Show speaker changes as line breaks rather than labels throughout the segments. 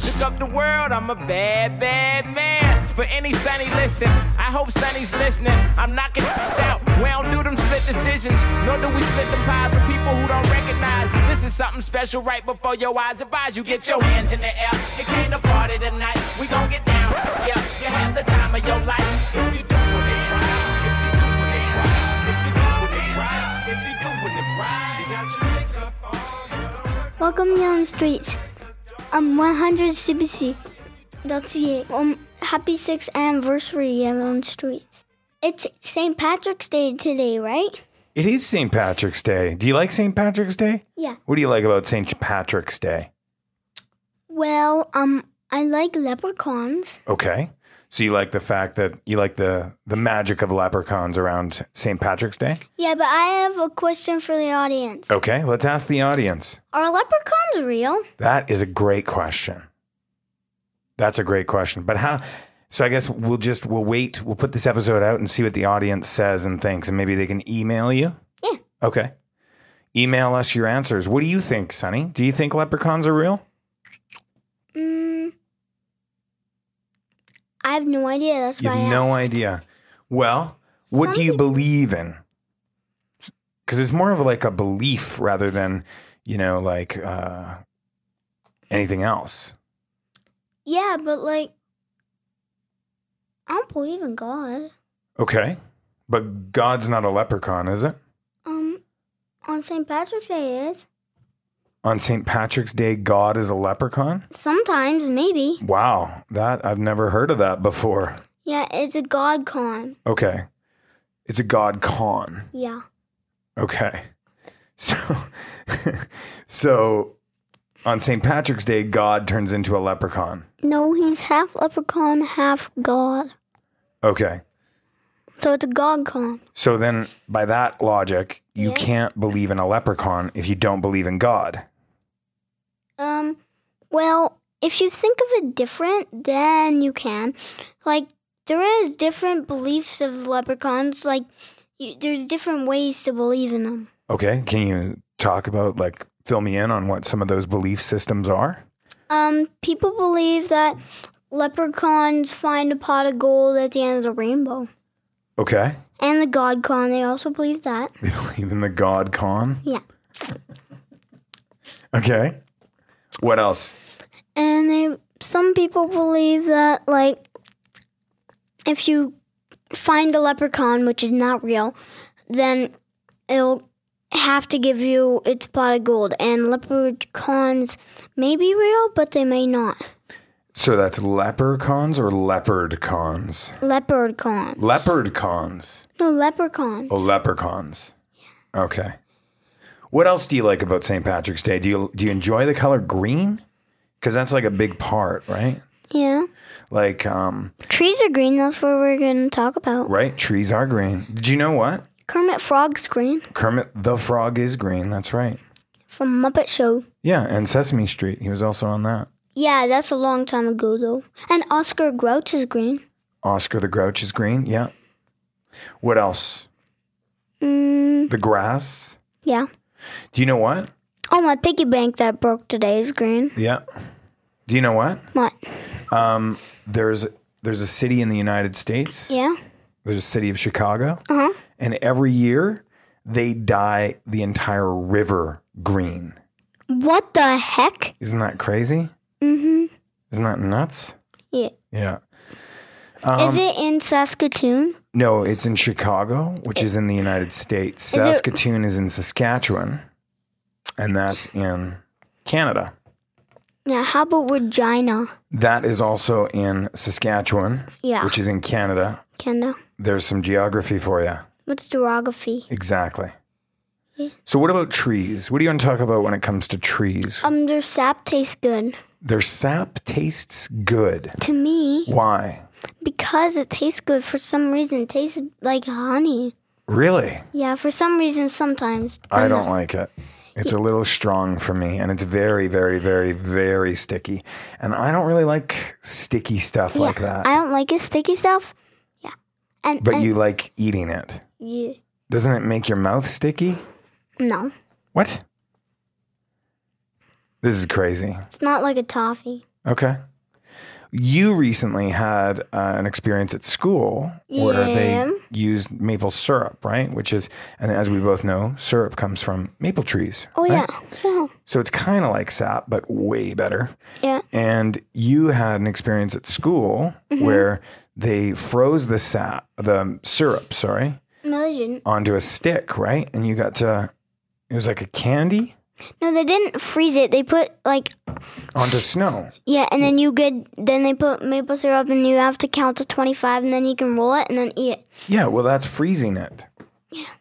Shook up the world, I'm a bad, bad man. For any Sunny listening, I hope Sunny's listening. I'm knocking out. We don't do them split decisions, nor do we split the pies with people who don't recognize. This is something special right before your eyes. Advise you get your hands in the air. It can't a party tonight. We gon' get down. Yeah, you have the time of your life. If you doing it right, if you doing it right, if you doing it right, if you doing it right, you got your makeup on. girl.
Welcome down the streets. I'm 100 CBC. That's it. Um, happy 6th anniversary, Yellow Streets. It's St. Patrick's Day today, right?
It is St. Patrick's Day. Do you like St. Patrick's Day?
Yeah.
What do you like about St. Patrick's Day?
Well, um, I like leprechauns.
Okay. So you like the fact that you like the the magic of leprechauns around St. Patrick's Day?
Yeah, but I have a question for the audience.
Okay, let's ask the audience.
Are leprechauns real?
That is a great question. That's a great question. But how so I guess we'll just we'll wait, we'll put this episode out and see what the audience says and thinks and maybe they can email you?
Yeah.
Okay. Email us your answers. What do you think, Sonny? Do you think leprechauns are real?
Mm, I have no idea. That's
You
why
have
I
no
asked.
idea. Well, what do
Some
you
people-
believe in? Because it's more of like a belief rather than, you know, like uh, anything else.
Yeah, but like, I don't believe in God.
Okay. But God's not a leprechaun, is it?
Um, on St. Patrick's Day it is.
On St. Patrick's Day, God is a leprechaun?
Sometimes, maybe.
Wow. That, I've never heard of that before.
Yeah, it's a God con.
Okay. It's a God con.
Yeah.
Okay. So so on St. Patrick's Day, God turns into a leprechaun.
No, he's half leprechaun, half God.
Okay.
So it's a God con.
So then by that logic, you
Yeah.
can't believe in a leprechaun if you don't believe in God.
Um, well, if you think of it different, then you can. Like, there is different beliefs of leprechauns. Like, you, there's different ways to believe in them.
Okay. Can you talk about like fill me in on what some of those belief systems are?
Um, people believe that leprechauns find a pot of gold at the end of the rainbow.
Okay.
And the God con, they also believe that.
They believe in the God con.
Yeah.
Okay. What else?
And they some people believe that like if you find a leprechaun which is not real, then it'll have to give you its pot of gold. And leprechauns may be real, but they may not.
So that's leprechauns or leopard cons?
Leopard cons.
Leopard cons.
no leprechauns.
Oh, leprechauns. Okay. What else do you like about St. Patrick's Day? Do you do you enjoy the color green? Because that's like a big part, right?
yeah.
Like, um,
Trees are green, that's what we're gonna talk about.
right? Trees are green. Did you know what?
Kermit Frog's green
Kermit the Frog is green. That's right.
from Muppet Show.
Yeah, and Sesame Street. He was also on that.
Yeah, that's a long time ago though. And Oscar Grouch is green.
Oscar the Grouch is green. Yeah. What else?
Mm,
The grass.
yeah.
Do you know what?
Oh, my piggy bank that broke today is green.
Yeah. Do you know what?
What?
There's there's a city in the United States.
Yeah.
There's a city of Chicago.
Uh-huh.
And every year they dye the entire river green.
What the heck?
Isn't that crazy?
Mm-hmm.
Isn't that nuts?
Yeah.
Yeah. Um,
is it in Saskatoon?
No, it's in Chicago, which is in the United States.
Is it-
Saskatoon is in Saskatchewan, and that's in Canada.
Yeah. How about Regina?
That is also in Saskatchewan,
Yeah.
which is in Canada.
Canada.
There's some geography for you.
What's geography?
Exactly.
Yeah.
So, what about trees? What do you want to talk about when it comes to trees?
Um, their sap tastes good
Their sap tastes good.
to me
Why?
because it tastes good for some reason. It tastes like honey.
Really?
Yeah. For some reason, sometimes.
I don't like it. It's a little strong for me and it's very, very, very, very sticky. And I don't really like sticky stuff
Yeah.
like that.
I don't like it sticky stuff. Yeah. And
but
and-
you like eating it.
Yeah.
Doesn't it make your mouth sticky?
No.
What? This is crazy.
It's not like a toffee.
Okay. You recently had uh, an experience at school where
Yeah.
they used maple syrup, right? Which is, and as we both know, syrup comes from maple trees.
Oh yeah. Yeah.
So it's kind of like sap, but way better.
Yeah.
And you had an experience at school
Mm-hmm.
where they froze the sap, the syrup, sorry,
No, they didn't.
onto a stick, right? And you got to, it was like a candy
No, they didn't freeze it. They put like
onto snow.
yeah, and then you get then they put maple syrup and you have to count to twenty five and then you can roll it and then eat it.
Yeah, well, that's freezing it. Yeah.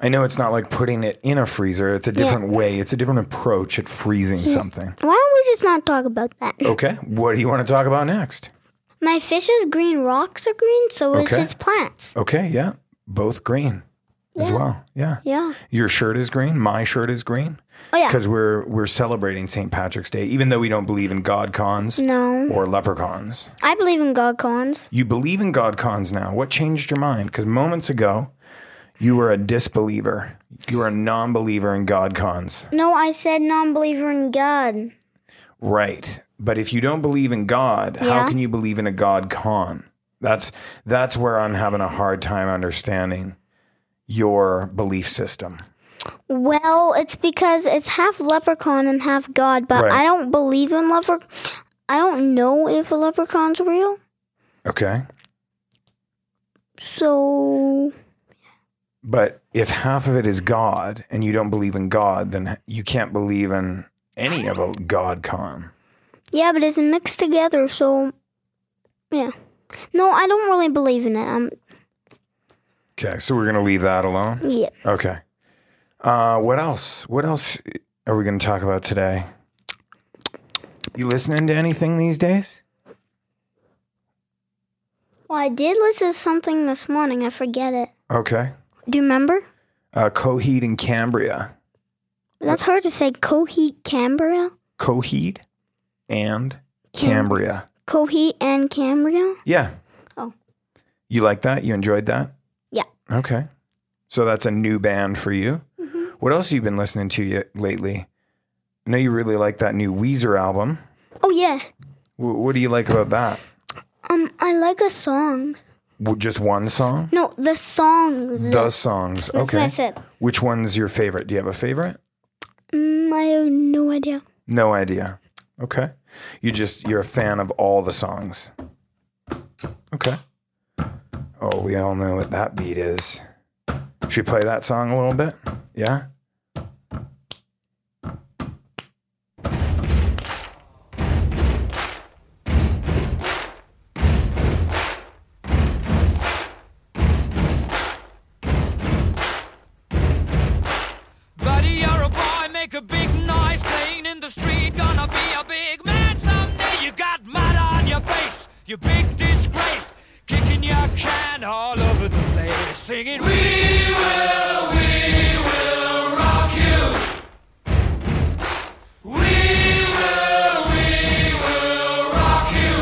I know it's not like putting it in a freezer. It's a different way. It's a different approach at freezing something.
Why don't we just not talk about that?
Okay. What do you want to talk about next?
My fish's green rocks are green, so is
Okay.
his plants.
Okay. Yeah. Both green as well. Yeah.
Yeah.
Your shirt is green. My shirt is green.
Oh yeah.
Because we're we're celebrating St. Patrick's Day, even though we don't believe in god cons
No.
or leprechauns.
I believe in God cons.
You believe in god cons now. What changed your mind? Because moments ago, you were a disbeliever. You were a non-believer in god cons.
No, I said non believer in God.
Right. But if you don't believe in God, how
Yeah.
can you believe in a God con? That's that's where I'm having a hard time understanding your belief system.
Well, it's because it's half leprechaun and half God, but
Right.
I don't believe in leprechaun. I don't know if a leprechaun's real.
Okay.
So
But if half of it is God and you don't believe in God, then you can't believe in any of a God con.
yeah, but it's mixed together. So yeah, no, I don't really believe in it. Um,
Okay, so we're gonna leave that alone.
yeah,
Okay. Uh, what else? What else are we gonna talk about today? You listening to anything these days?
well, I did listen to something this morning. I forget it.
Okay.
Do you remember?
Uh, Coheed and Cambria.
That's hard to say. Coheed Cambria,
Coheed and
Cam-
Cambria.
Coheed and Cambria.
Yeah.
Oh.
You like that? You enjoyed that?
Yeah.
Okay. So that's a new band for you.
Mm-hmm.
What else have you been listening to yet lately? I know you really like that new Weezer album.
Oh yeah.
W- what do you like about that?
Um, I like a song.
W- just one song?
No, the songs.
The songs.
That's what I
Okay.
said.
Which one's your favorite? Do you have a favorite?
Mm, I have no idea.
No idea. Okay. You just you're a fan of all the songs. Okay. Oh, we all know what that beat is. Should we play that song a little bit? Yeah?
Buddy, you're a boy, make a big noise playing in the street. Gonna be a big man someday. You got mud on your face, you big disgrace. Kicking your can all over the place, singing, We will, we will rock you. We will, we will rock you.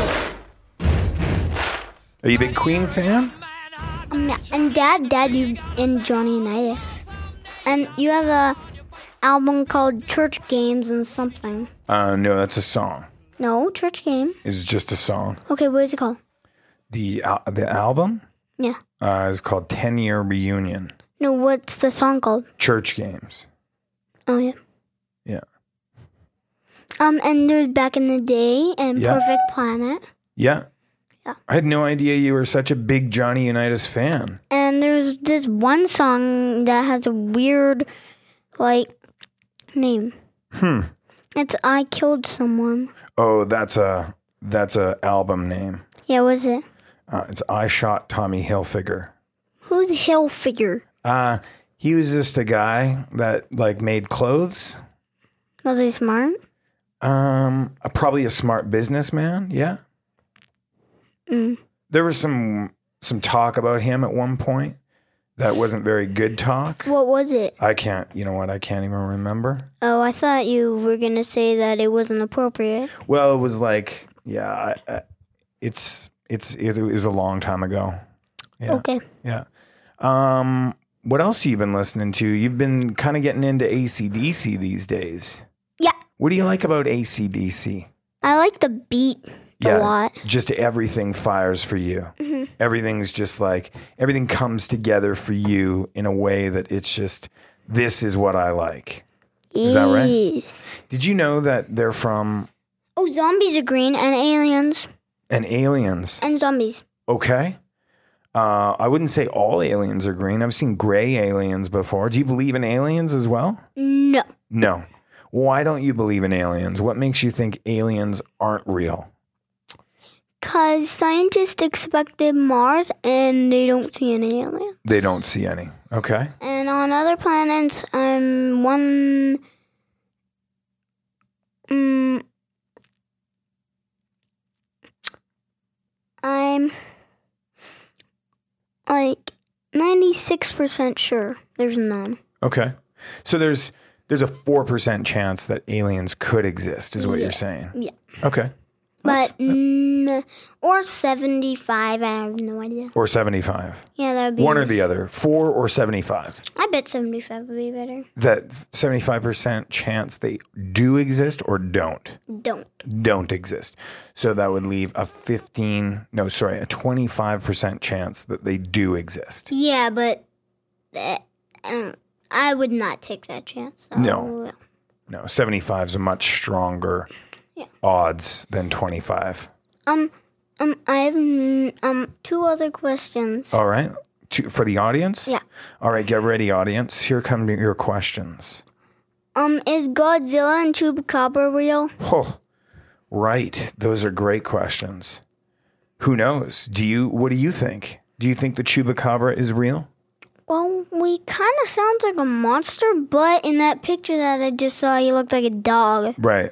Are you a big Queen fan?
Man, I'm
Um, yeah. And Dad, Dad, you and Johnny Unitas, and you have a album called Church Games and something.
Uh no, that's a song.
No, Church Game.
It's just a song.
Okay, what is it called?
The al- the album
Yeah.
uh, is called 10 Year Reunion
No, what's the song called?
Church Games.
Oh yeah.
Yeah.
Um, and there's Back in the Day and
Yeah.
Perfect Planet,
Yeah.
Yeah.
I had no idea you were such a big Johnny Unitas fan.
and there's this one song that has a weird, like, name. Hmm. It's I Killed Someone.
Oh, that's a that's a album name.
Yeah, what is it?
Uh, it's I shot Tommy Hilfiger.
Who's Hill Figure?
Uh, he was just a guy that like made clothes.
Was he smart?
Um, uh, probably a smart businessman. Yeah. There was some some talk about him at one point that wasn't very good talk.
What was it?
I can't. You know what? I can't even remember.
Oh, I thought you were gonna say that it wasn't appropriate.
Well, it was like yeah. I, I, it's it's it was a long time ago. Yeah.
Okay.
Yeah. Um, what else have you been listening to? You've been kind of getting into ACDC these days.
Yeah,
What do you like about ACDC?
I like the beat a lot. Mm-hmm.
Just everything fires for you. Everything's just like everything comes together for you in a way that it's just this is what I like. Is that right?
Yes.
Did you know that they're from
Oh, zombies are green and aliens
an aliens?
and zombies.
Okay. Uh, I wouldn't say all aliens are green. I've seen gray aliens before. Do you believe in aliens as well?
No,
No. Why don't you believe in aliens? What makes you think aliens aren't real?
because scientists expected Mars and they don't see any aliens.
They don't see any. Okay.
And on other planets, um, one, um, I'm like ninety six percent sure there's none.
Okay. So there's there's a four percent chance that aliens could exist, is what you're saying.
Yeah.
Okay.
But mm, or seventy five, I have no idea.
Or seventy five.
Yeah, that would be.
One or the other. Four or seventy five.
I bet seventy five would be better.
That seventy five percent chance they do exist or don't.
Don't.
Don't exist. So that would leave a fifteen no, sorry, a twenty five percent chance that they do exist.
Yeah, but uh, um, I would not take that chance. so-
No. No, seventy five is a much stronger odds than twenty five.
Um, um, I have mm, um two other questions.
All right. To, for the audience?
Yeah.
All right, get ready, audience. Here come your questions.
Um, is Godzilla and Chupacabra real?
Oh, right. Those are great questions. Who knows? Do you? What do you think? Do you think the chupacabra is real?
Well, we kind of sounds like a monster, but in that picture that I just saw, he looked like a dog.
Right.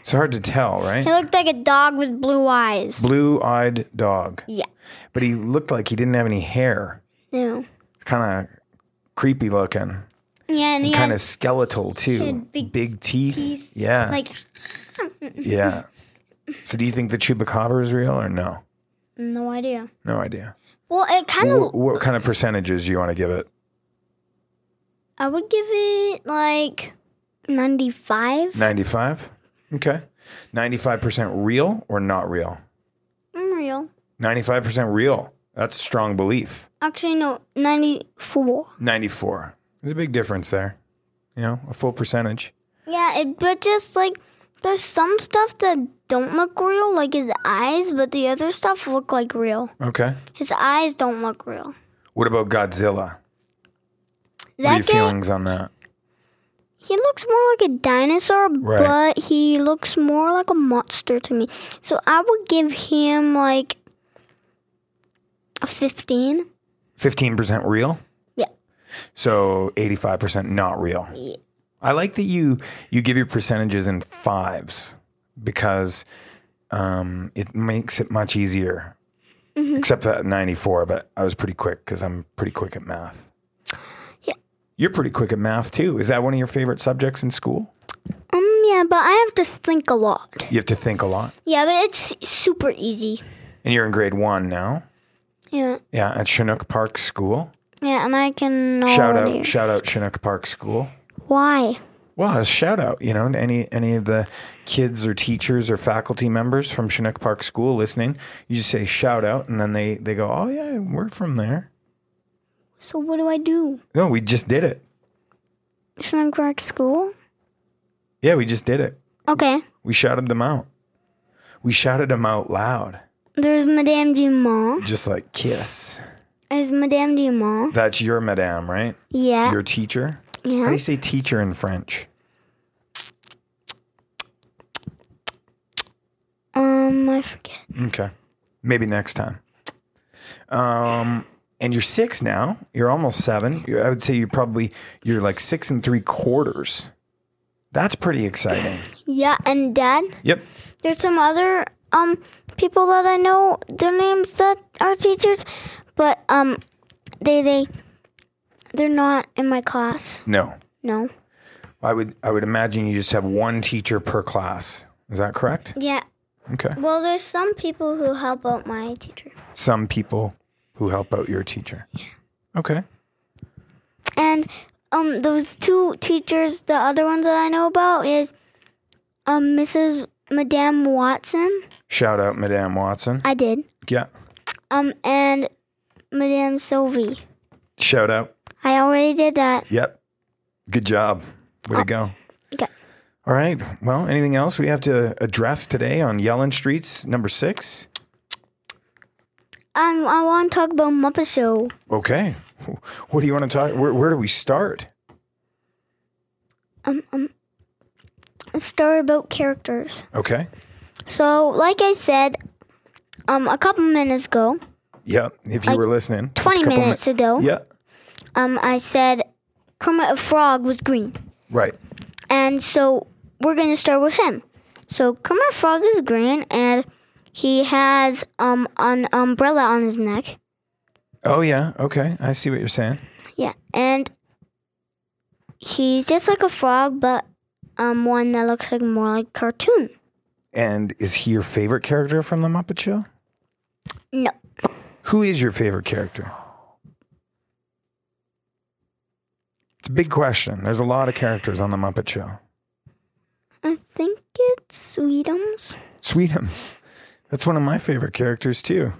It's hard to tell,
He
right?
looked like a dog with blue eyes.
Blue-eyed dog,
Yeah.
but he looked like he didn't have any hair.
No.
It's kind of creepy looking,
Yeah, and he
kind
had
of skeletal too.
had big
teeth. Yeah.
like
yeah. So do you think the chupacabra is real or no?
no idea.
No idea.
Well, it kind
Wh-
of.
what kind of percentages do you want to give it?
I would give it like ninety-five.
95? Okay. 95% real or not real?
I'm real.
95% real. That's strong belief.
Actually, no, ninety-four.
94. There's a big difference there. You know, a full percentage.
Yeah, it, but just like there's some stuff that don't look real, like his eyes, but the other stuff look like real.
Okay.
His eyes don't look real.
What about Godzilla? What are your
That guy,
feelings on that?
he looks more like a dinosaur,
Right.
but he looks more like a monster to me. So I would give him like a 15.
15% real?
Yeah.
So 85% not real.
Yeah.
I like that you you give your percentages in fives because um, it makes it much easier.
Mm-hmm.
Except that 94, but I was pretty quick because I'm pretty quick at math.
Yeah.
You're pretty quick at math too. Is that one of your favorite subjects in school?
Um, yeah, but I have to think a lot.
You have to think a lot.
Yeah, but it's super easy.
And you're in grade one now.
Yeah.
Yeah, at Chinook Park School.
Yeah, and I can
Shout
already.
out, shout out Chinook Park School.
Why?
Well, a shout out, you know, to any any of the kids or teachers or faculty members from Chinook Park School listening, you just say shout out, and then they they go, oh yeah, we're from there.
So what do I do?
No, we just did it.
Shouldn't I go back to school?
Yeah, we just did it.
Okay.
We shouted them out. We shouted them out loud,
There's Madame Dumont.
just like kiss.
There's Madame Dumont.
That's your madame, right?
Yeah.
Your teacher. How do
yeah.
you say teacher in French?
Um, I forget.
Okay, maybe next time. Um, and you're six now. You're almost seven. You- I would say you're probably you're like six and three quarters. That's pretty exciting.
Yeah, and Dad.
Yep.
There's some other um people that I know. Their names that are teachers, but um, they they they're not in my class.
No,
No.
I would I would imagine you just have one teacher per class. Is that correct?
Yeah.
Okay.
Well, there's some people who help out my teacher,
Some people who help out your teacher. Okay.
and um those two teachers, the other ones that I know about is um Mrs. Madame Watson.
Shout out Madame Watson.
I did.
Yeah.
Um and Madame Sylvie.
Shout out.
I already did that.
Yep. Good job. Way to go.
Oh. Okay.
All right. Well, anything else we have to address today on Yellen Streets number six?
Um, I want to talk about Muppet Show.
Okay. What do you want to talk? Where, where do we start?
Um, um, a story about characters.
Okay.
So, like I said, um, a couple minutes ago,
Yep. If you
Like
were listening, just a
20
couple
minutes ago,
Yeah.
um, I said Kermit the Frog was green.
Right.
And so we're going to start with him. So Kermit the Frog is green and he has um, an umbrella on his neck.
Oh yeah. Okay. I see what you're saying.
Yeah. And he's just like a frog, but um, one that looks like more like cartoon.
And is he your favorite character from the Muppet Show?
No.
Who is your favorite character? It's a big question. There's a lot of characters on the Muppet Show.
I think it's Sweetums.
Sweetums. That's one of my favorite characters too.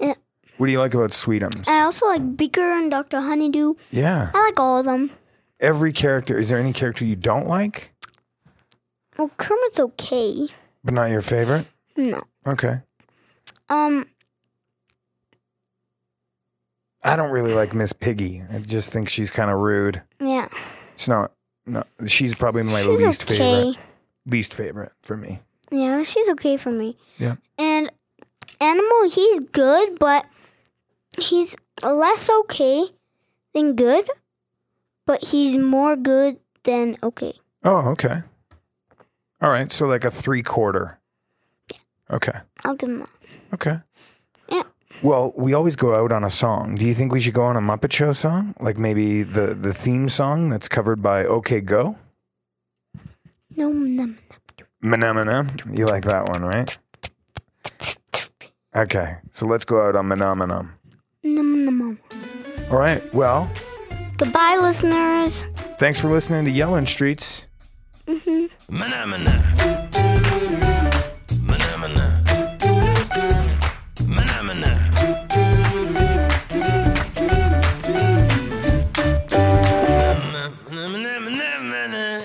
Yeah. Uh,
What do you like about Sweetums?
I also like Beaker and Dr. Honeydew.
yeah.
I like all of them.
Every character. Is there any character you don't like,
Well, Kermit's okay.
but not your favorite?
No.
Okay.
Um,
I don't really like Miss Piggy. I just think she's kind of rude.
yeah.
She's not. No, she's probably my
she's
least
okay.
favorite. Least favorite for me.
Yeah, she's okay for me.
Yeah.
And Animal, he's good, but he's less okay than good, but he's more good than okay.
Oh, okay. All right. So like a three quarter. Okay.
I'll give him that.
Okay.
Yeah.
Well, we always go out on a song. Do you think we should go on a Muppet Show song? Like maybe the, the theme song that's covered by OK Go?
No, no,
Phenomena. You like that one, right? Okay. So let's go out on Phenomenon.
no, no, no.
All right. Well,
Goodbye, listeners.
thanks for listening to Yellin' Streets.
Manamana. Manamana. Manamana. Manamana.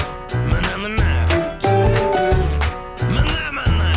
Manamana. Manamana.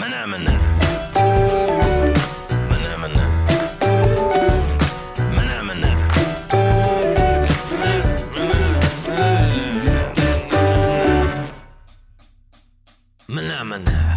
Manamana. Manamana. Manamana. Manamana. Manamana.